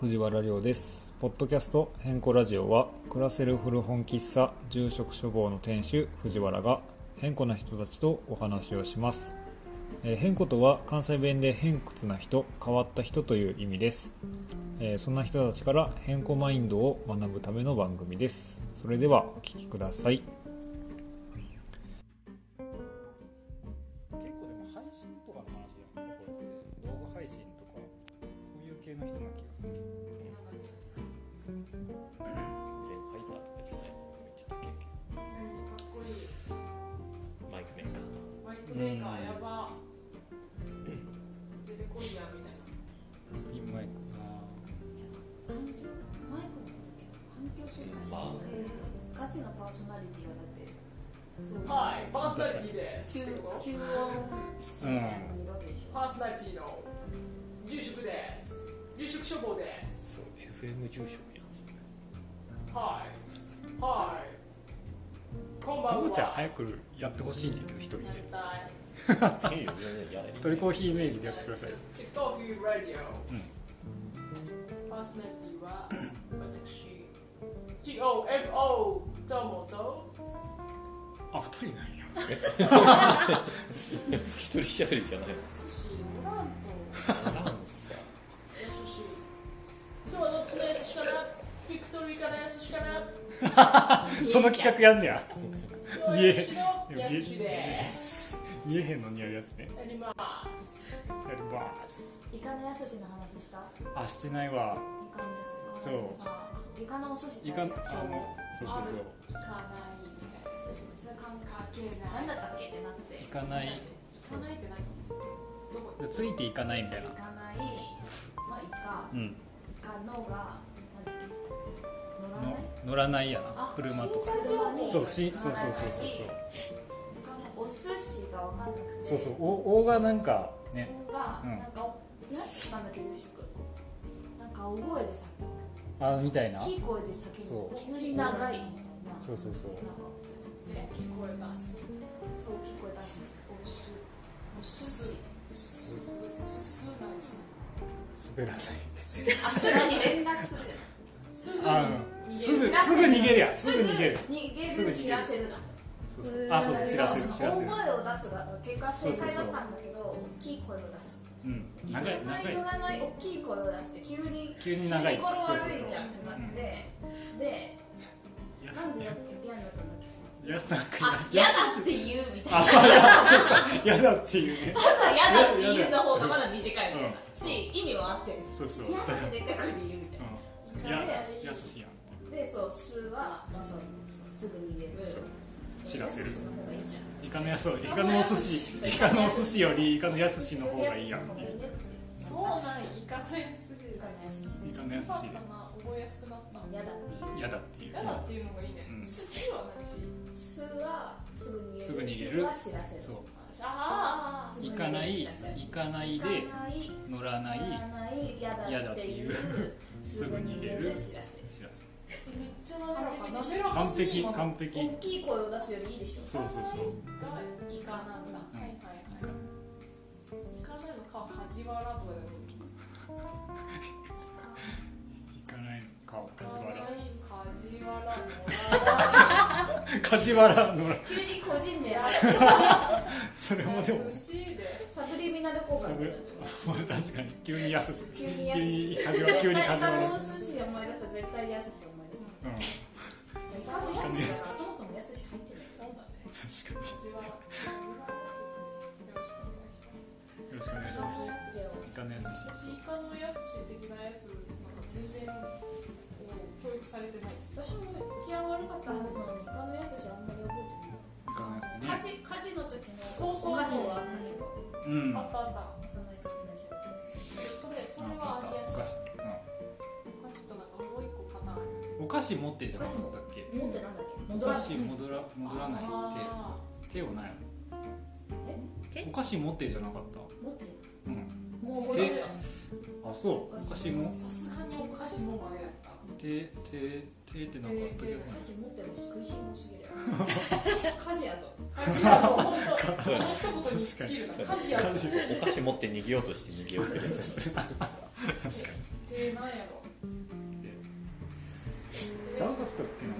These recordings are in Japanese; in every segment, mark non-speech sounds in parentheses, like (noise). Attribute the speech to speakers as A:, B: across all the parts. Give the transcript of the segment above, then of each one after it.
A: 藤原亮ですポッドキャスト「変更ラジオは」暮らせる古本喫茶住職処方の店主藤原が変更な人たちとお話をします、えー、変更とは関西弁で偏屈な人変わった人という意味です、えーそんな人たちから変更マインドを学ぶための番組ですそれではお聞きください
B: 結構でも配信とかの話じゃないですかこれって動画配信とかそういう系の人な気がする
C: ゼンハイザーとかじゃないのめっちゃ高いけどマイクメーカー
D: マイクメーカーやば出てこいやみたいな
B: ピンマイク
E: マイクもそうだけど環境周回して
C: ま
E: ガチのパーソナリティはだってそう
D: はいパーソナリティです
E: 吸吸音室みたいなのがいるわけでしょ、
D: パーソナリティの住職です住職処方です
C: そう FM 住職やんそれ
D: はいはいこんば
B: なと
D: ん
B: も
D: は
B: ちゃん早くやってほしいんだけど一人で
D: やりたい
C: いいよ全然やれ
B: 鳥コーヒー名義でやってくださいよ
D: キックオフラディオパーソナリティは私 GOMO ともと
B: あ二人なんや
C: 一人しゃべりじゃないの
D: 寿司モランと
C: ダンサー
D: 優しい今日はどっちの優しかなビクトリーから優しかな
B: その企画やんねや
D: 今日は優しいの優しいです
B: 見えへんの似合うやつね
D: やります
B: やります
E: イカのやすしの話したイ
B: あしてないわ
E: カのやすし
B: そう
D: あ
E: イカのお寿司
B: いかんあのそうそうそ
D: 行かないみたいです
E: それかん
D: かけな
E: ないんだったっけってなって
B: ういかない
D: 行かないって何どこ
B: ついていかないみたい
E: イ
B: な
E: カないまあイカ
B: うん
E: イカのがなんだっけ乗らない
B: の乗らないや
E: あ
B: な車とか
E: 新車情報
B: そうしそうそうそうそ
E: イ
B: う
E: カのお寿司が分かんなくて
B: そうそうそうお大がなんかね
E: が、
B: うん
E: なんかやつなんだけど主食なんか大声でさ
B: あみたいな
E: 大きい声で叫
B: そ
E: ぶ
B: う
E: 急に長いみたいな
B: そうそうそう
E: なんか
D: で聞こえます
E: そう大きい声出すおすおすし
D: すすないす
B: 滑らない
E: あすぐに連絡するじゃない
D: すぐに
B: あうんす
D: 逃
B: ぐ
D: げ
B: す
D: る
B: ぐ逃げるやす
E: す
B: ぐ
E: ぐ
B: 逃げる
E: 逃げず知らせるだ
B: そうそうあそうそう知らせる知らせる
E: 大声を出すが結果正解だったんだけど大きい声を出す
B: うん
E: 乗
B: 長い
E: らない
B: 長い
E: 乗らない大きい声を出して急に
B: 急に長い
E: 急に語呂
B: そう
E: 悪
B: そうそう
E: いじゃんってなってでなんでやってやんだったんだっけ
B: やすなんか
E: あ嫌だって言うみたいな
B: あそうやそうそうやだっていうね
E: まだ嫌だって言うの方がまだ短いみたいな、し意味は合ってる
B: そうそう
E: 嫌だってでっかく言うみたいな、
B: うんややすしやん
E: でそう「す」は、まあ、そうすぐ逃げる
B: そう知らせる
E: やすの方がいいじゃん
B: イカのやそうイカのお寿司イカのお寿司よりイカのやすしの方がいいやん
E: やすの方がいいねって
D: そうなん行かないす
E: いい
D: ぐ
E: かなやすし
B: イカのやす
D: そうだ
B: し
D: ったな覚えやすくなった
E: 嫌だって
B: でやだっていう
D: 嫌だっていうのがいいね
B: うん
D: 寿司はないし
E: 言う「す」はすぐ逃げる
B: すぐ逃げる
E: しは知らせる
B: そ
D: ああ
B: う行かない行かない
E: 行
B: で
E: かない
B: 乗らない
E: 行かない嫌だっていう
B: 嫌だって
E: (laughs) すぐ逃げる知らせる
B: 知らせる
D: めっちゃ滑らか
B: 完
D: すぎ
B: 璧
D: る
B: 完
E: (laughs)
B: 璧
E: 大きい声を出すよりいいでしょ
B: そうそうそう
D: がイカなんだ、
B: ん
D: はいはいはいイカなのか梶原とかでもいい
B: イカないの顔梶
D: か
B: 原
D: わいい梶原もら
B: 梶原の
E: 急に個人名ある
B: それ
D: え
B: も
D: な
B: でも
D: い寿司で
E: サブリミナル効果
B: サ
E: みたい
B: ブ
E: な
B: 確かに急にやすし
E: 急にや
B: 急
E: す
B: に梶
E: 絶
B: 原
E: 対
B: 急に
E: イ
B: 梶
E: カ
B: 原
E: のお寿司で思い出したら絶対やすし思い出す
B: うん
E: イカのやすしだからそもそもやすし入ってないでし
D: そうだね
B: 確かに
D: 梶原梶原寿司ですよろしくお願いしま
B: よろしくお願いしますす。
E: ょ
B: イカのやすし。
D: 私イカのやすし的なやつなんか全然こう教育されてない
E: 私も治安悪かったはずなのにイカのやすしあんまり覚
B: イカのや
E: え
B: す
E: てない。火事火事の時
D: そう
E: の
D: そうそう
E: お菓子はあったけど
B: うん。
D: あったあった
E: そんなに関係ないですよ
D: それそれ
B: なんか
D: はあ
B: あっ
D: りやすいお菓子
B: たお菓子。
D: となんかもう一個パターンある
B: うんお菓子持ってじゃなかったっけ？
E: 持ってなんだっけ
B: お
E: 戻らない
B: 菓子戻ら戻らない
D: あ
B: 手手をない。
E: え
B: お菓子持ってじゃなかっ
E: 持ってる
B: た。うん。
E: もう戻れない
B: あそう。お
E: お
B: 菓
E: 菓
B: 子
E: 子
D: ー
B: も
D: さすがにお菓子も曲げだった
B: 手手手ってなんかあったけ
D: 手
E: お
B: ど
E: 菓子持ってるし食いしん坊すぎる火事やぞ
D: 家事やぞ、本当、その一言に尽きるな、家事やぞ。
C: お菓子持って逃げようとして逃げ遅れそう
D: で、なんやろ、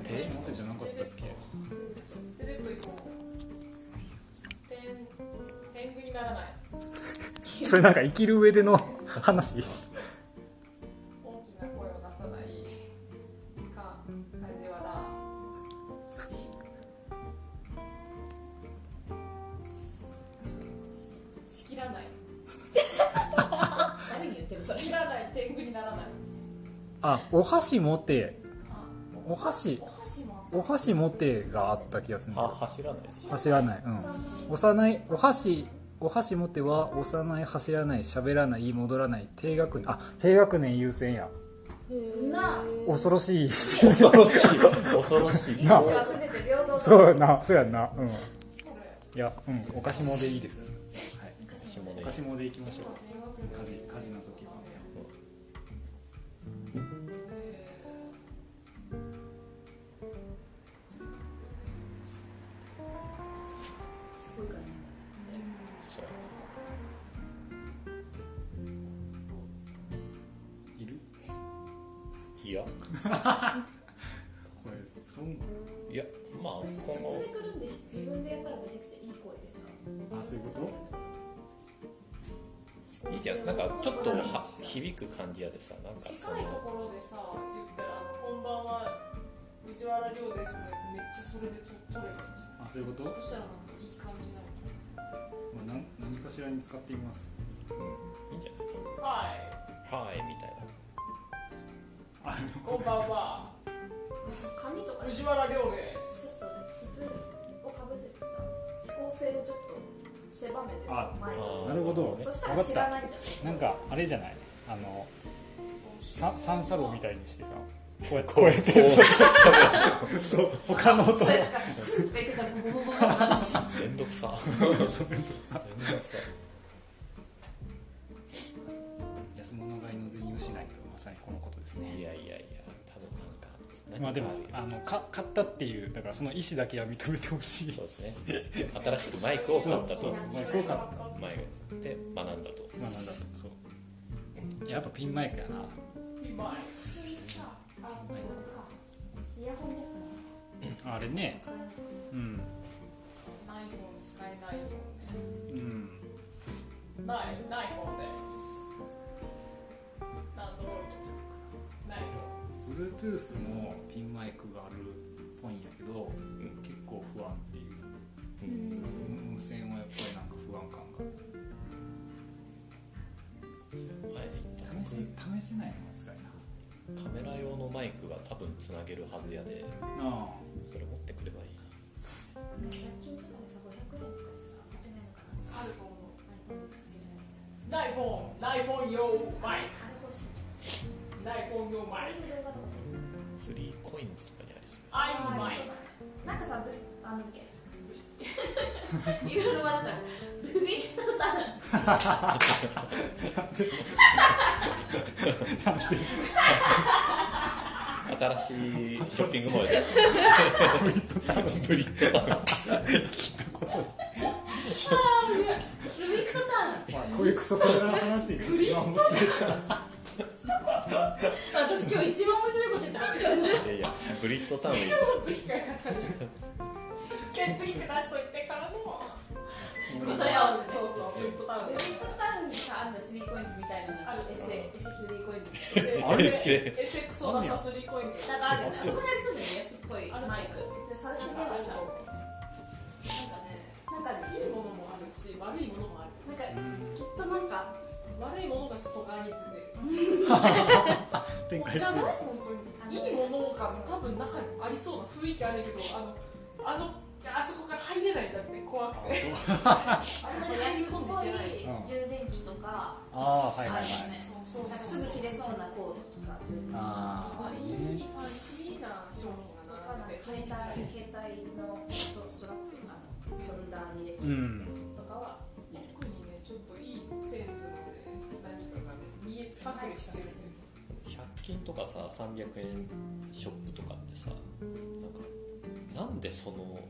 C: え
B: モテじゃなかったっけ
D: テレビ行こう天天狗にならない
A: それなんか生きる上での話
D: 大きな声を出さないか梶原しししきらない
E: 誰に言ってるそ
D: し
E: れ
D: きらない天狗にならない
A: あお箸持て
D: あ
A: お箸
D: お箸も
A: お箸持てがあった気がするんだ
C: あ
A: けど
C: 走らないです
A: 走らないうん幼いお箸お箸持ては幼い走らない喋らない戻らない低学年あ低学年優先や
E: なあ
A: 恐ろしい
C: 恐ろしい恐ろしい
E: 命は全て平等だ
A: そうやなそうやんなうんい
D: それ
A: やうんお菓子もでいいです
C: 下で
B: 昔もで行きましょうか
D: 火
B: 火事火事の時は
E: すごいから
C: そう
B: いる
C: いや
B: これ使うの
C: いやまあ
E: そして
C: 今
E: 説
C: 後
E: 明くるんで自分でやったらめちゃくちゃいい声でさ
B: あそういうこと
E: 思考
C: いい
E: 性
C: じゃ
E: を
C: んなんかちょっと
E: すごくあ
C: は
E: るし
C: 響く感じやでさなんかそ
D: 近いと
C: の
D: ころでさ言ったらあの「こんばんは藤原亮です」のやつめっちゃそれでちょ取ればいいじゃ
B: あそういうこと、ま
D: んそしたらなんかいい感じになる
B: あ、なん何かしらに使ってみ (laughs) ます
C: うんいいんじゃ
D: はい
C: ないはいみたい
D: こんばんは
E: 髪とかちょっ
D: 藤原亮です
E: と筒をかぶせてさ思考性をちょっと狭めてさ
B: あ
E: 前に
C: な
B: なるほど
E: そしたら知らないじゃん
B: なんかあれじゃないあのササンサローみたいにしてさこうやって
C: こうやって
B: そう他の音
E: そうやなんかふんとか言ってたらボボボボボってなるし
C: めんどくさめんどくさ
B: 安物買いの銭をしないとまさにこのことです
C: い
B: ね
C: やいやいや多分なんか何か
B: まあでも
C: るよ
B: あのか買ったっていうだからその意思だけは認めてほしい
C: そうですね新しくマイクを買った
B: そう
C: と
B: そうマイクを買っ
C: マイクで学んだと
B: た学んだとそうやっぱピンマイクやな
D: 今
E: あそうかイヤホンじゃな
B: あれね
E: いそれなんか
B: うん
D: ない方使えない方
B: うん
D: ねないない方ですなんとどういうことかなない方
B: Bluetooth のピンマイクがあるっぽいんやけど、
C: ん
B: 結構不安っていう無無線はやっぱりなんか不安感が試せ試せないのが辛いな
C: カメラ用のマイクは多分つなげるはずやで
B: あ
C: それ持ってくればいいな
E: 100均とかでさ500円とかでさ売ってないのかな
D: あると思う
E: アイコンにくっつけられるやつ
D: ない方ない方用マイ
E: あれ欲しいじ
D: ク
E: ゃん
D: ない方用マイク
E: そういう動
C: 3コ
E: 画とかで
C: インズとかにありそう
D: アイ
E: あ
D: マイク
E: なんかさ、ブリあのっけ、ブリいろいろ学んだら、ブリッドタウン。
C: 新しいショッピングモールでブリッドタウン
E: ブリッドタウン。
B: あ、こういうクソカメラの話が一番面白いから
E: 私今日一番面白いこと言った。
C: いやいやブリッドタウンいい
D: ブリが良かったね一回ブリック出しといてからの
E: 答え合わせ。
D: そうそうブリッドタウン
E: ブリッドタウンにさ、あんたスリーコインズみたいなのがある、エセ、エセスリーコインズ。
B: あれ
C: エセ
D: エセクソなサスリーコインズ
E: なんかあるよね。そこにありそうだよね、安っぽいマイク。で、さ、それがさ、なんかね、なんかね、
D: いいものもあるし悪いものもある
E: なんか、きっとなんか、
D: 悪いものが外側に出て
B: 展
D: る
B: 開
D: じ
B: し
D: ゃ
B: てる
D: ない本当にいいものが多分中にありそうな雰囲気あるけどあのあのあそこから入れないんだって怖くて
E: あんまり安っぽい充電器とか、
B: ああー
E: あ
B: は
E: る
B: い
E: よ
B: はいは
E: ね。
B: い
D: そうそう
E: なんかすぐ切れそうなコードとか、充電器とか。
B: あ
D: あいいファンシーな商品
E: と
D: が
E: かなんか
D: 並んで入りづ
E: 携帯
D: らい
E: 携帯のストラップあのショルダーに入れて
B: ーう
E: る
B: ん
E: やつとかは、
D: 特にねちょっといいセンスのね何かがね見え隠れしてるんだよね
C: 100均とかさ300円ショップとかってさなんかなんでその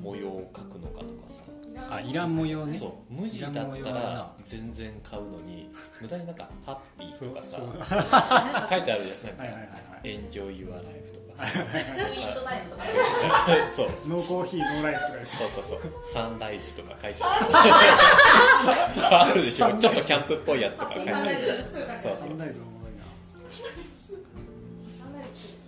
C: 模様を描くのかとかさ
E: う
B: あいらん模様ね
C: そう無地だった
B: いらん模様だな
C: ら全然買うのに無駄になんか「ハッピー」とかさ
B: そうそう
C: 書いてあるじゃんな
B: はいはいはい
C: んか
B: は
C: 「
B: い
C: エンジョイ・ユア・ライフ」と
B: (laughs)
C: か
E: スイートタイムとか。
C: そう
B: ノーコーヒーノーライフとかでし
C: そうそうそうサンライズとか書いてあるあるでしょちょっとキャンプっぽいやつとか書いてある
B: ょ
C: そう
B: サ
C: そ
B: ン
C: う
B: ライズ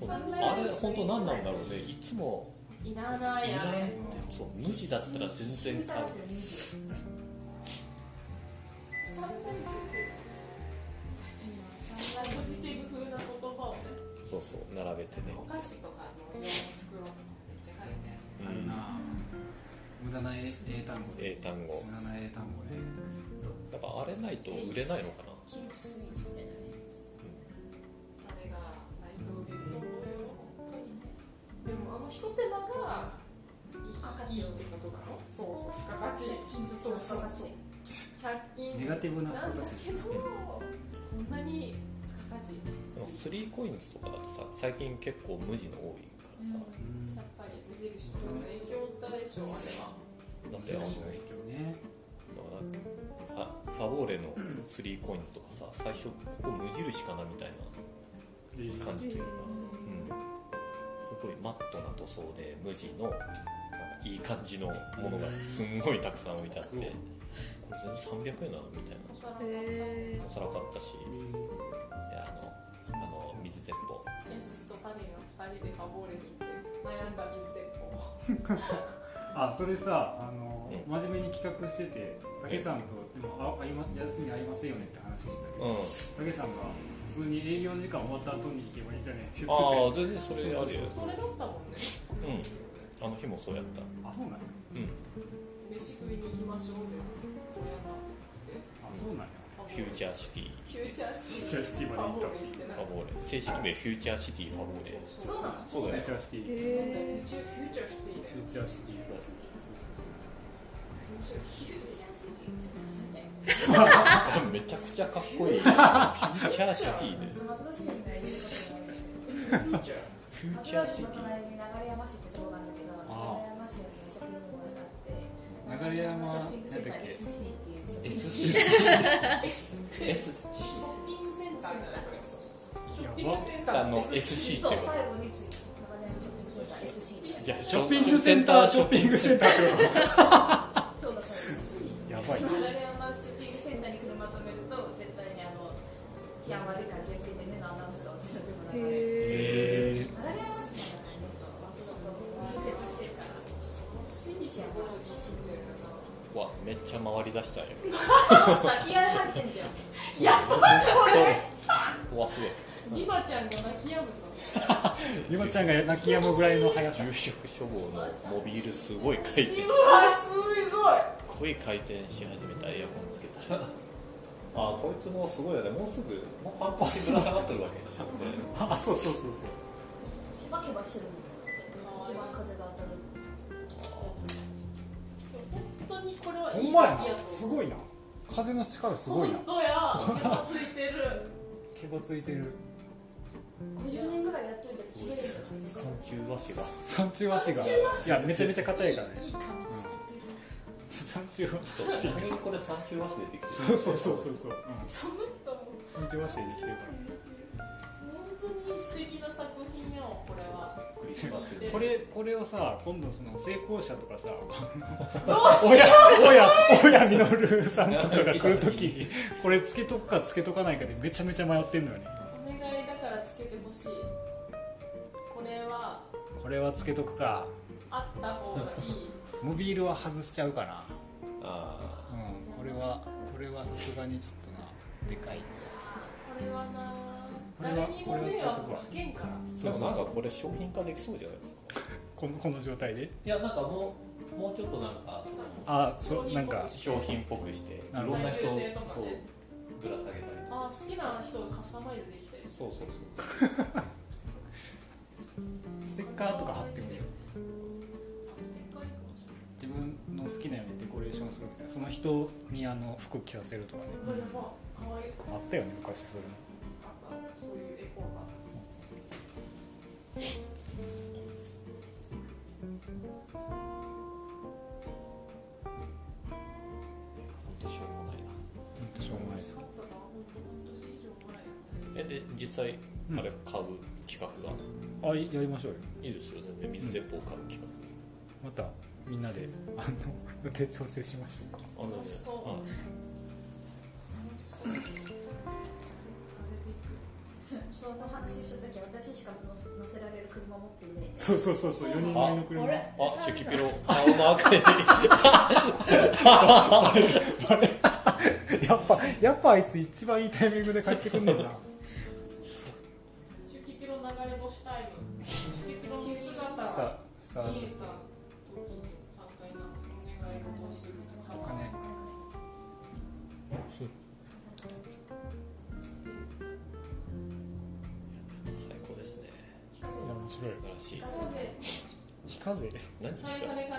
B: おもろいな
C: そうあれ本当何なんだろうねいつも
D: いらない
C: い
D: や
C: らん
D: ね
C: ってそう無地だったら全然買う
D: サンライズってサンライズポジティブ風な言葉をね
C: そうそう並べてね
D: お菓子とかの洋服をめっちゃ書いてある
C: うん
B: あるな無駄な英単語
C: 英単語
B: 無駄な英単語ね
C: やっぱあれないと売れないのかな
D: キュートスイーツみたいなねあれが内藤弁の模様本当にねでもあのひと手間がいい
E: 付加価
D: い
E: 値
D: い
E: を
D: ってことなのそうそう付加価値そうそうそう100均
B: ネガティブな
D: なん
B: 人
D: だ
B: たち
D: けどこんなに付加価値
C: でもスリーコインズとかだとさ最近結構無地の多いからさ、
B: うん
D: やっぱり無印とかの影響だでしょうあれは
C: だってあの
B: の影響ね
C: ファファボーレのスリーコインズとかさ最初ここ無印かなみたいな感じというか、うん、すごいマットな塗装で無地のなんかいい感じのものがすんごいたくさん置いてあって、
B: うん
C: これ全部300円なのみたい
D: お
C: な
D: 皿が
E: へ
C: お皿買ったし
B: うん
C: であのあの水鉄砲
D: ヤスとタミが2人でファボーレに行って悩んだ水鉄砲
B: あそれさあの
C: うん
B: 真面目に企画してて武さんとでもあ合いま休み合いませんよねって話してた
C: うん
B: けど武さんが普通に営業時間終わった後に行けばいいんじゃねって言
C: あ
B: ってて
C: あ全然それあ
D: それだ
C: るよ
D: ったもんね
C: うんあの日もそうやった
B: あそうなんや
C: うん
D: 飯食いに行きましょうで富山って
B: あそうなんや
D: フ
C: フューチャーシティ
D: フューチャーシ
B: フューチャーシティまで行った
D: ファボーレってな
C: ファボーレ正式名フューチャーシティファボーレ
E: そうなの。
C: そう
B: フ
C: だよ
B: ューチャーシティフ
D: なんだ
E: へ
D: よフューチャーフューチャーシティだよ
B: ューチャーシ
D: フ
B: ティ
D: ューチャーシティ
C: めちゃくちゃかっこいいフューチャーシティですフューチャーシティ
B: 流山なんだっけ
C: SC
D: ショッピングセンターじゃないそれショッピン
B: や
D: グ
B: ば
D: センタ
C: あ
D: ー
C: の SC ってこといや
B: ショッピングセンターショッピングセンターってことやばい
C: えー
D: シーところに住んでるな
C: うわめっちゃ回りだ (laughs) したよ
E: 気合入ってんじゃん。
C: そううわすごい
D: リバちゃんが泣き止むぞ
B: リマちゃんが泣き止むぐらいの速さ
C: 住職処方のモビールすごい回転す
D: わすごい
C: ごい回転し始めたエアコンつけた (laughs) あこいつもすごいよねもうすぐもう半年ぶら下がってるわけですよね
B: あそうそうそうそう
E: ケバケバしてるもん。一番風が当たる。
D: 本当にこれはい
B: ほん
D: い
B: まや
D: 時や
B: な
D: と
B: すごいな風の力すごいな
D: 本当やムカついてる
B: 毛ばついてる
E: 50年ぐらいやっといたらちぎれるんじゃないですか
C: 三級和紙が
B: 三中足が
D: 三中足
B: いやめちゃめちゃ硬いからね
D: いい髪ついてる
B: 三中足っていう
C: これ三級和紙でできて
B: そうそうそうそうそう
D: その人も
B: 三中足でできてるか
D: 本当に素敵な作品よこれは
C: クリスマス
B: らこれこれをさ今度その成功者とかさ
D: どうし
B: おやおやおやみのるさんとかが来るときにこれつけとくかつけとかないかでめちゃめちゃ迷ってんのよね
D: お願いだからつけてほしいこれは
B: これはつけとくか
D: あった方がいい
B: モビールは外しちゃうかな
C: (laughs) あ
B: うんこれはこれはさすがにちょっとなでかい
D: これはな
B: これは
D: 誰にも迷惑かけんから
C: あ
B: そ
C: で
B: う
C: もな
B: そうんそ
C: か
B: う
C: これ商品化できそうじゃないですか
B: このこの状態で
C: いやなんかもうもうちょっとなんか
B: あそうなんか
C: 商品っぽくしてい
B: なる
C: ろ
B: ほど
C: んな人を
D: 耐
C: そう
D: 久性とかね
C: ぶら下げたり
D: あ好きな人がカスタマイズできたりして
C: そうそうそう
B: ステッカーとか貼ってみる
D: あステッカーいいかもしれない
B: 自分の好きなようにデコレーションするみたいなその人にあの服着させるとかね
D: これもかわいいか
B: あったよね昔それも
D: ったそういうエコーが
C: あですか
D: 買ったのは本当半年以上前やね
C: えで実際あれ買う企画が、
B: あやりましょうよ
C: いいですよ全然水鉄砲を買う企
B: またみんなであの予定調整しましょうか
C: 画、あの
D: 楽しそう
C: あ
D: 楽しそうあれで行く
E: そその話した時私しか乗せ乗せられる車持っていない
B: そうそうそうそう4人乗りの車
E: あれ
C: あ、シュキピロ、顔の赤に。
B: やっぱやっぱあいつ一番いいタイミングで帰ってくんねんな
D: シュキピロ流れ星タイムシュキピロの姿
E: さ
D: は
B: ささ
D: 見えた時に3回なんかお願い事をするとか
B: お金
C: 最高ですね。
B: いや面白い
C: 素晴らしい。
D: 風
B: 非課税
C: 何
D: 金
C: 光
D: 金金金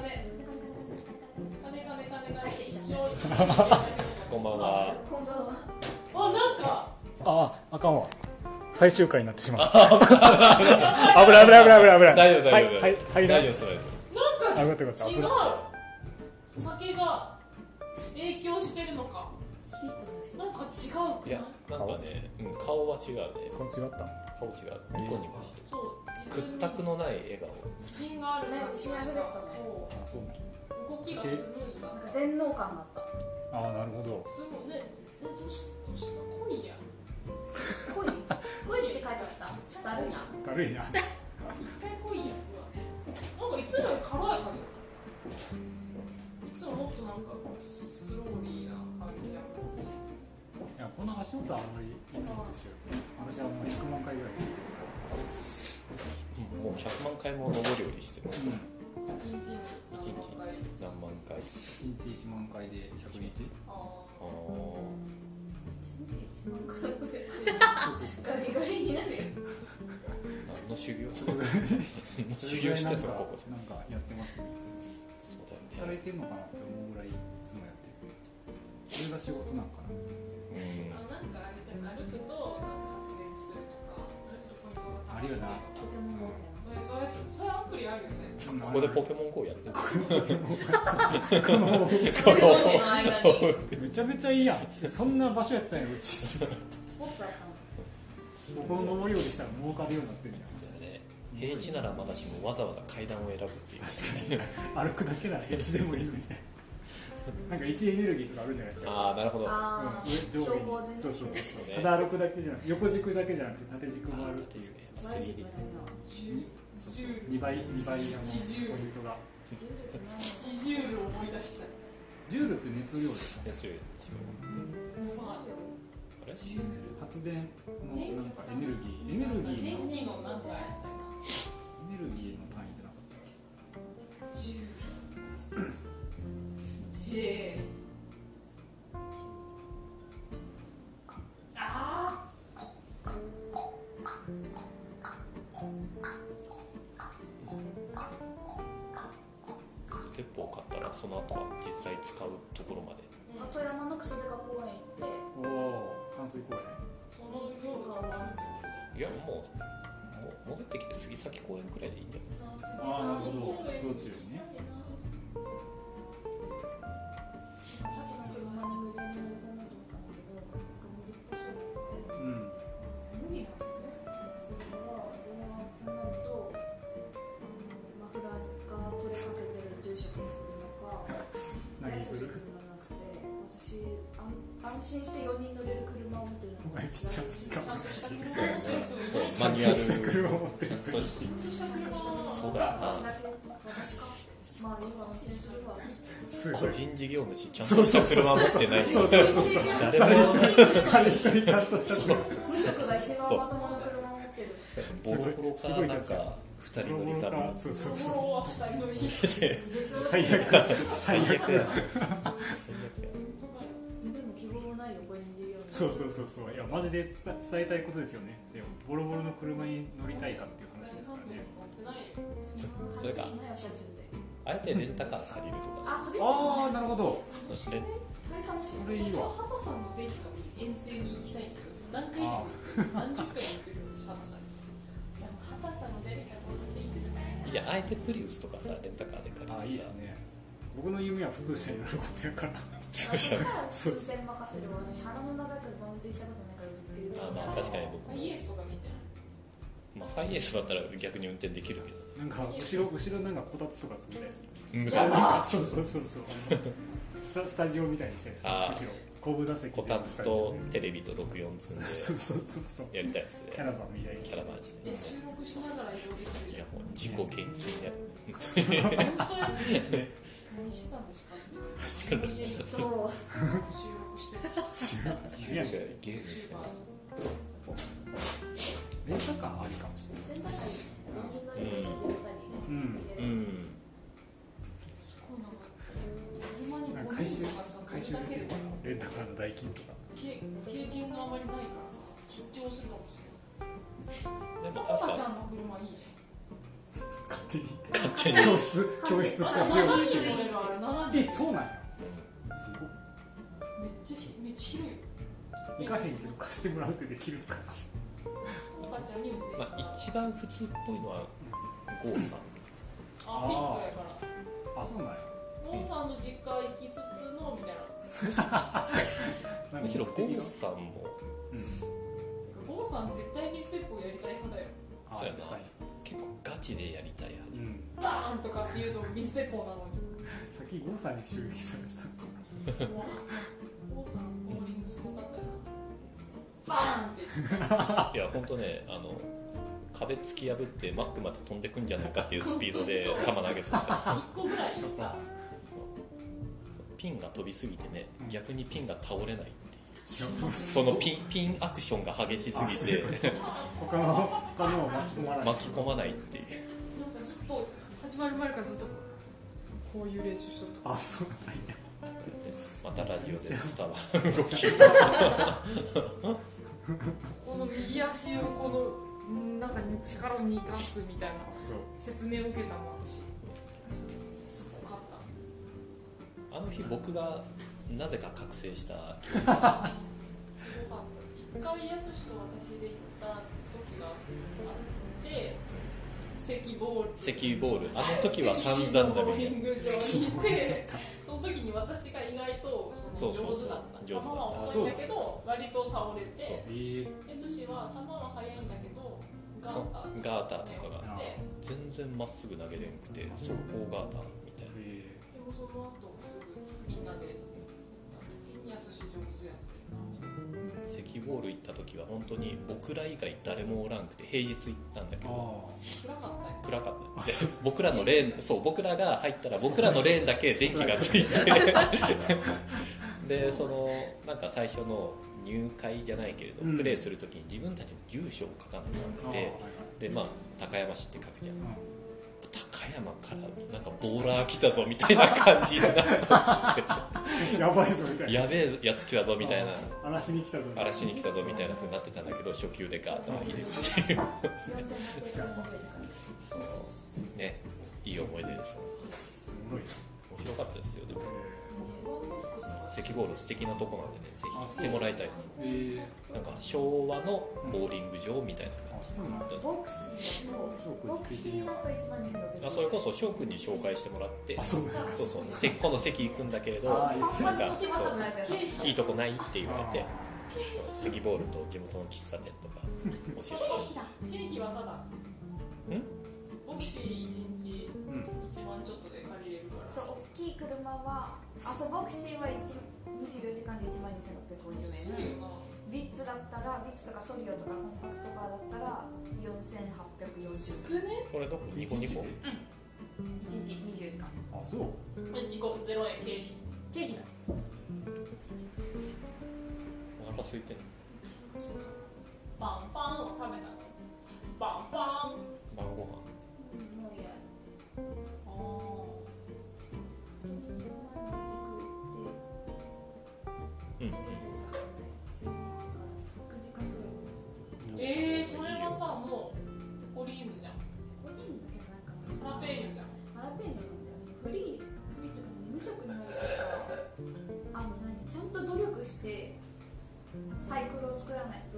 D: 金金金一生
C: こんばんは。
E: こんばんは
D: あなんか
B: (laughs) あああかんわ最終回になってしまった危ない危ない危ない危ない危な
C: 大
B: い
C: 丈夫、大丈夫。
B: はいはいは
C: 大丈
B: い
C: 夫です、大丈夫です。
D: なんか
B: あよかったよかった
D: 違
B: 危な
D: う
B: い
D: 酒が影響してるのか
E: キリッとですよ
D: なんか違うく
C: い
D: な
C: や
D: い、
C: なんかね、うん、顔は違うね。
B: これ違った
C: 顔違う。ニコニコしてる。
D: そう自分
C: 屈
D: に
C: 託のない笑顔。
D: 自信がある感じがした
E: ね
D: そ
B: そう
D: う動きがスムーズだ
E: なん
D: っ
E: か
D: た
E: 全能感があった
B: ああなるほど
D: すごいねえどうしどうした恋や
E: 恋恋して帰ってきたちょっとあるんや
B: 軽いな
D: 一回恋やうわなんかいつもより軽やかじゃんいつももっとなんかスローリーな感じや
B: いやこの足音はあんまりいつもと違う私はもう100万回ぐらい聞いて
C: もう100万回も上り下りしてる。
B: る
D: 一日に何
C: 一日
D: 回
C: 何万回。
B: 1日1万回で100日
D: あ
C: ああ。
B: そうそう
E: ガリガリになるよ
C: 何の修行
B: それ
C: 修
B: ぐ
C: 行
B: らい
C: し
B: な
C: て
B: ん
C: た
B: か
C: の、ここで。
B: なんかやってますねいつも
C: そうだよ
B: 働
C: ね。
B: いてるのかなって思うぐらいいつもやってるそれが仕事なんかな
C: うん
D: あ。なんかあれじゃん歩くとなんか発言するとか歩くとポイントが高い
B: あるよな
E: ポケモンゴーみ
D: それそれそれアプリあるよね
C: ここでポケモン GO やってる。
E: たいなポケモンの間に
B: めちゃめちゃいいやんそんな場所やったんやうち
E: スポットだったの
B: ここの上り降りしたら儲かるようになってるや
C: そうだね平地ならまだしもわざわざ階段を選ぶっていう
B: ん歩くだけなら平地でもいいのにねなんか位置エネルギーとかあるじゃないですか
C: ああなるほど
E: ああ
B: うん上
E: 標
B: 上下
E: 高で
B: に
E: ね
B: そうそうそう
C: そう
B: そ
C: ね
B: うただ歩くだけじゃなくて横軸だけじゃなくて縦軸もあるっていう
E: 素晴らしい素晴らしいの
D: 十十
B: 2倍2倍あの
D: 80
B: ポイントが
E: ジ
D: 一ジュ
E: ュールの
D: ール思い出した
B: ジュールって熱量ですか
C: いや強いあれ
D: ジュール
B: 発電のなんかエネルギーエネルギーの
D: 電気のなんかやったよな
B: エネルギーの単位じゃなかった
D: 十、十。あ
C: 鉄砲を買ったらその後は実際使うところまで
E: あと山のクソデカ公園行って
B: おお淡水公園
D: その量が終わるって
C: いやもうもう戻ってきて杉崎公園くらいでいいんじゃないです
D: ことじ
B: ああなるほど
D: 杉
B: 道
D: 崎
B: 中にね
E: さっきの車に無理やり乗り込もうと思ったんだけどなんか無理っぽそうで無理な
B: うん
E: んだねそれは俺はこんなのとあのマフラーが取れかけてる住職にするのか
B: 何
E: 大
B: す
E: 丈夫
B: る
E: なくて私安安心して4人乗れる車を持ってるのが一番一
B: お前一番近い
D: ちゃんとした車をしてる人いない
C: かそうマニュアル
B: した車を持ってる
C: そ
D: ちゃ
C: う
D: んとした車
C: そう
D: は
C: だよ
E: 私
C: な
E: だけ私かまあ今安心するわ
B: すご
C: 個
B: い
C: 人事業主ちゃん
B: そう
C: と
B: そう
C: した
B: そ
C: 車
B: うそう
C: 持ってない
B: そうそうそうそう
C: 誰
B: 誰
C: も
B: 一人誰一人ちゃんとした車
E: 無職が一番まともな車を持ってる
C: ボロボロからなん
B: すごい
C: か2人乗りたら
B: そうそう
D: 心
B: そう
D: は二人乗り
B: 最悪最悪
C: 最悪や
E: 夢も希望もないよ5人でいいよね
B: そうそうそうそういやマジで伝伝えたいことですよねでもボロボロの車に乗りたいかっていう話ですからね
E: その話
C: それか
E: しないわ社長で
C: あえてレンタカー借りるとか
E: あそれ
B: ああなるほど
C: そして
E: それ楽しい
B: それいいわ
D: 畑さんのデートに遠征に行きたいんだけどその何回でも行って何十回も行ってるんです畑さんにじゃあ畑さんのデリカー乗っていくしかない
C: いやあえてプリウスとかさレンタカーで借りて
B: あ
C: さ
B: あいいですね僕の夢は普通車に乗ることやから
C: 通車
E: は数千任せれば私鼻の中からバウンティしたことないからぶつける
C: あまあ確かに僕も、
D: イエスとか見て
C: まあ、ハイエースだったら逆に運転できるけど
B: なんか後ろ後ろなんかこたつとか作って
C: 無
D: 駄
B: そうそうそうそうあのスタスタジオみたいにしてるんですよ
C: あー
B: 後ろ後部座席で
C: (laughs) こたつとテレビと64積ん
B: そうそうそうそう
C: でやりたいですね
B: キャラバンみたいに
C: キャラバンですね
D: え収録しながら移動できる
C: い
D: じ
C: や
D: ゃ
C: もう自己研究や
D: ん本当や何してたんですか
C: 確か
D: いやいや
E: そう
D: 収録してました
C: に
B: いや
C: ゲームしてます
B: レンタカーありかもしれない
E: 全体に何人乗りで自分たり
B: うん
E: ね
C: うん
D: すごいなんか車に
B: なん
D: ゴ
B: か
D: ミ
B: 回収
D: とかさ
B: 回収できるかなレンタカーの代金とか
D: け経験があまりないからさ緊張するかもしれない
C: でも
D: 赤
C: 確
D: ちゃ
C: か
D: んの車いいじ
B: 勝手に
C: 勝手に
B: 教室教室
D: ゃん
B: さ
D: あ
B: せよう
D: れ
B: と
D: 7
B: し
D: 人
B: て
D: 乗
B: る
D: れるあれ7人
B: えそうなんやすごい
D: めっちゃひめっちゃ広いよ
B: 行かへんけど貸してもらうってできるかな
D: 赤ちゃんにもね
C: まあ、一番普通っぽいのは郷さん
D: あフィットやから
B: あそうなんや
D: モンさんの実家行きつつのみたいな
B: なんか
C: むしろ
B: 目的
C: 郷
B: が
C: さんも
B: うん
D: ゴーさん絶対にステップをやりたい派だよ
B: あ
C: そうやな
B: 確かに
C: 結構ガチでやりたいはず
B: うん
D: バーンとかって言うとミステップなのに
B: さっき郷さんに襲撃されてたのか
D: ゴーさんボーリングすごかったよなバーンって
C: いや本当ねあの壁突き破ってマックまで飛んでくんじゃないかっていうスピードで球投げてた
D: 1個ぐらい引いた
C: ピンが飛びすぎてね逆にピンが倒れないっていう
B: な
C: そのピンピンアクションが激しすぎて
B: 他の他のを巻き込まない
C: 巻き込まないっていう
D: なんかずっと始まる前からずっとこういう練習しとっ
B: あそうなんや
C: またラジオで伝わる動き
D: たこの右足をこのんなんか力を逃がすみたいな
B: そう
D: 説明を受けたの私すごかった
C: あの日僕がなぜか覚醒した
D: すごかった一回やすしと私で行った時があって席ボール
C: 石油ボールあの時は散々だ
D: ボー
C: みた
D: リ
C: いな
D: ング場にい
B: ちょ
D: て
B: っと
D: その時に私が意外とそ
C: そ
D: の
C: うそう
D: 上
C: そう
D: 手だった球は遅いんだ
C: 上手だった
D: けど割と倒れて
B: えー
D: で寿司は球は速いんだけどガ
C: そ
D: ー
C: う
D: ター
C: ガーターとかが
B: が
D: で
C: 全然まっすぐ投げれんくて速攻ガーターみたいな
B: え
D: でもその後すぐみんなで行った時にやすし上手やって
C: 石油ボール行った時は本当に僕ら以外誰もおらんくて平日行ったんだけ
B: ー
C: ど
B: あ
D: 暗かったよ
C: 暗かったで僕らのレーンそう僕らが入ったら僕らのレーンだけ電気がついて (laughs) でそのなんか最初の入会じゃないけれど、
B: うん
C: プレーする時に自分たちの住所を書かなきゃ
B: あ
C: なくてでまあ高山市って書くじゃん高山からなんかボーラー来たぞみたいな感じになっ
B: うんやばいぞみ (laughs) たい
C: て
B: な
C: やべえやつ来たぞみたいな
B: あー嵐に来たぞみたいな
C: 嵐に来たぞみたいな風になってたんだけど初級でガーッと入
B: (laughs)
C: れる
E: 4700円の方がいいかな
C: ねいい思い出です
B: すごいな
C: 面白かったですよでも
D: ヘロンボックスとか
C: 石ボール素敵なとこなんでねぜひ行ってもらいたいです
B: えーえ
C: なんか昭和のボーリング場みたいな
B: ーあそうなんだ
C: 感
E: ボクシーだと
B: 翔くん
E: ボ
B: に
E: ク
B: 聞い
E: シ
B: てみ
E: ー
B: よ
E: だと1万2600
C: じあそれこそ翔くんに紹介してもらって
B: うあそうなんだ
C: そうそうせ今度席行くんだけれど
B: あーいいっすね
C: なんか
E: 一番
C: そう
E: 700
C: い
E: 円
C: いとこないって言われてそう石ボールと地元の喫茶店とか教えて
E: 経
D: 経費
E: 費だ
D: はただ
C: ん
D: ボクシー1日
B: うん
D: 1万ちょっとで借りれるから
E: そう大きい車はあそうボクシーは1 24時間で1万2650円
D: 安いよな
E: ビッツだったらビッツとかソリオとかコンパクトカーだったら4840
D: 少ね
C: これどこニコニコ
E: 円1日20時間
B: あそう
D: マジ2個0円経費
E: 経費だ
C: お腹空いてる
D: バンバンを食べたのバンバン
C: 晩ご飯
E: もういや
D: あ
E: 毎日
C: うんうん
E: 時間ぐらい
D: ーえー、それはさもうオリーブじゃん
E: これいいんだけどなん
D: ハ
E: か
D: ラペーニョじゃん
E: ハラペーニョなんだよねフリーフリーとか無職になるとさあの何ちゃんと努力してサイクルを作らないと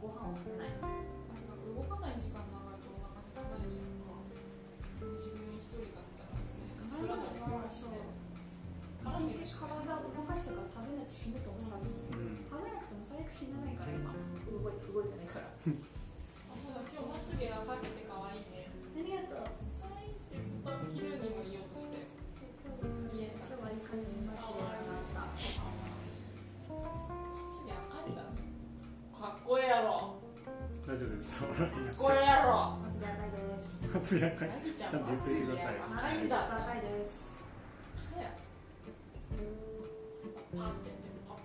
E: ご飯を食べない
D: なんか動かない時間長いとお腹減らないじゃんかそれ自分一人だったらね
E: 前
D: 作ら
E: ま
D: ないと
E: では
D: し
E: そう
D: ね
B: 松屋会
D: なぎちゃん
B: ちゃんと
D: は
B: 言ってください
D: 長いんだ
E: 高いです
D: 早くパンってやってパッ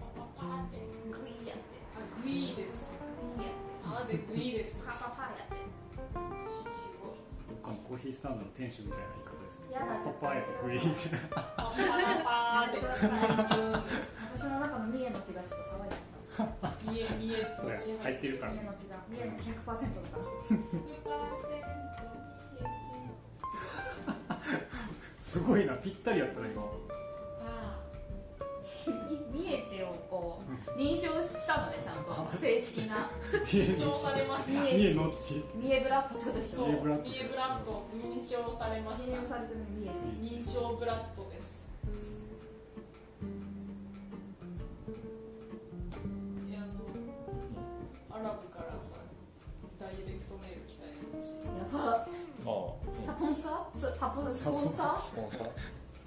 D: パッパッパーって
E: グイーやって
D: あグイーです
E: グイーや
D: あ
E: って
D: でグイーです
E: パパパやって
B: どっかのコーヒースタンドの店主みたいな言い方ですね
E: やだ
B: パパやってグリーンじゃない
D: パッパッパーって
E: 私の中の三重の血がちょっと騒いで
D: 見え見え
B: それ入ってるか
E: た
B: ら
E: 三重の血が三重の血100%だから
B: すごいなぴったりやったね今
E: 三重地をこう認証したのでちゃんと正式な
B: 家
D: 認証されました
B: 家の地
E: 三重ブラッドとして
D: そう、
E: 認
D: ミエブラッド認証されました
E: 証されてるのに三重地
D: 認証ブラッドですいやあのアラブからさダイレクトメール来たやつ
E: や
C: あ
E: ば
C: あ、
E: サポンサーサポンサポンサ
C: スポンサー
E: ー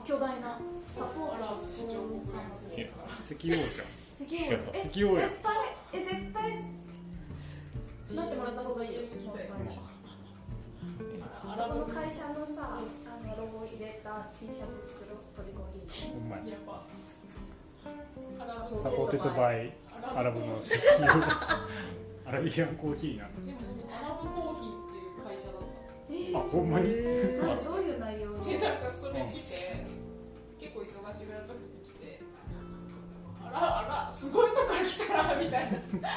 E: 巨大なサポ
D: ア
E: ー
D: ラ
E: ト
D: ブ首長国連邦から
B: 石油王ちゃん
E: 石油王え
B: 石油王や
E: 絶対え絶対なってもらった方がいいよスポンサーに
D: ア
E: そ
D: ラ
E: こ
D: ブ
E: の会社のさあのロゴ入れた T シャツ作ろう取り込み
B: ほんまや
D: やばアラブ
B: サポーテッドバイアラブの石油王アラビアンコーヒーな
D: でもアラブコーヒーっていう会社だった
E: え
B: あほんまに
E: ーなんかどういう内容
D: でなんかそれ来て結構忙しいぐらいの時に来てあらあらすごいとこから来たなみたいな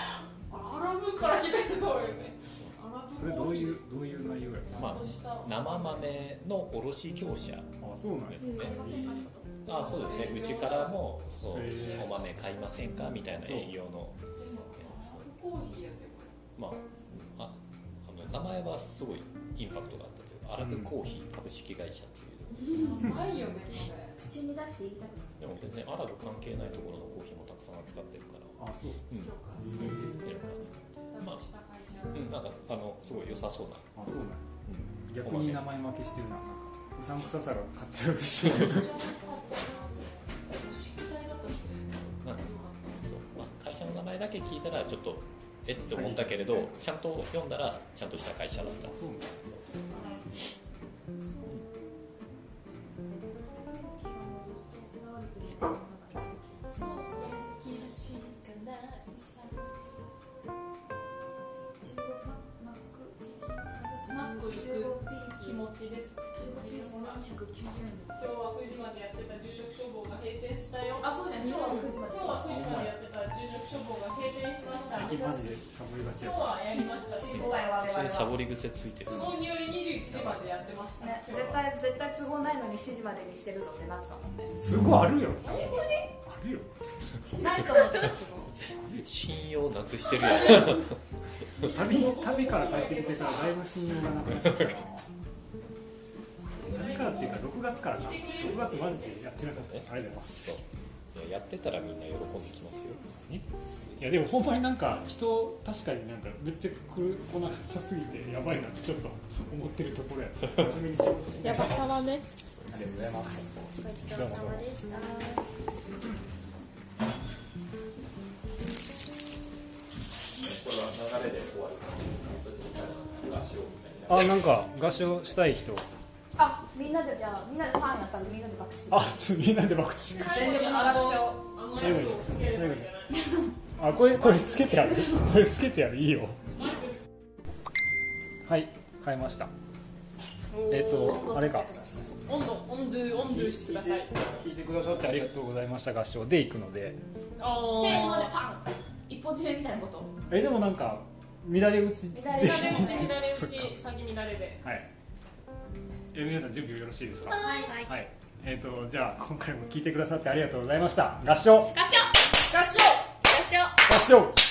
D: アラブから来たけどよねアラ
B: そ
D: ブ
B: れ
D: コ
B: ど
D: ー
B: う
D: ヒ
B: い
D: ー
B: うどういう内容やっ
D: ち
B: た
D: ゃんとした、
C: 生豆の卸業者
B: あそうなん
C: で
B: です
C: すね
E: やりませんかね
C: あそうですねうちからもそう
B: へえ
C: お豆買いませんかみたいな営業の
D: でもアラブコーヒーやでこれ
C: まあああの名前はすごいインパクトがあったというかアラブコーヒー株式会社っていう、
D: やばいよねこれ
E: 口に出して言いたくな
C: でも別にアラブ関係ないところのコーヒーもたくさん扱ってるから
B: あそう
C: うん
D: 広く集めてる
C: 広く扱って
D: ちゃんとした会社
C: うんなんかあのすごい良さそうな、
B: あそうなん
C: う
B: や
C: ん
B: 逆に名前負けしてるななんかうさんくささが勝っちゃう
D: めっちゃ良かったなおしく体だったしね
C: なんか
D: よかった
C: そうまあ、会社の名前だけ聞いたらちょっとえって思ったけれどちゃんと読んだらちゃんとした会社だった
B: そうなんや
C: そう
D: 少し昼しかないさマック行く気持ちですね今日は9時までやってた住職処方が閉店したよ
E: あ、そうじゃん、今日は9時ま
D: 今
E: で
D: 日は9時までやってた住職処方が閉店しました
B: 最
D: 今
B: 近マジでサボりがち
D: 日
B: やった
D: はやりましたし
E: 都合は
C: 普通にサボり癖ついてる
D: 都合により21時までやってました
E: ね、絶対絶対都合ないのに7時までにしてるぞってなってたもんね
B: すごいあるよ本当にあるよ
E: ないと思ってた都
C: 信用なくしてる (laughs) やん
B: 旅旅から帰ってきてからだいぶ信用がなくなってきたな何からっていうか6月からか6月マジでやってなかったありがとうございます
C: そうやってたらみんな喜んできますよ
B: いやでもほんまになんか人確かになんかめっちゃ来る来なさすぎてやばいなってちょっと思ってるところやった真面目に仕事して
D: やばさはね
B: ありがとうございます
E: ちそうさまでした
B: あなんか合唱したい人
E: あ、みんなでじゃあみんなでパンやったんでみんなで爆
B: あ
E: 笑
B: す (laughs) みんなで爆笑
D: 最後にあのあのやつをつければいいんじゃない
B: あこれこれつけてやるこれつけてやるいいよ
D: マイクつ
B: はい買いましたえっ、とあれか
D: 温度温度温度してください
B: 聞いてくださってありがとうございました合唱で行くので
D: あー
E: せーのでパン一本締めみたいなこと
B: えでもなんか乱れ打ち
E: 乱れ
D: 乱
E: 打
D: れ打ち
E: ち
D: 乱れ打ち先乱れで
B: はいえ皆さん準備よろしいですか
E: はいはい
B: はいえっ、とじゃあ今回も聞いてくださってありがとうございました合唱
E: 合唱
D: 合唱
E: 合唱
B: 合唱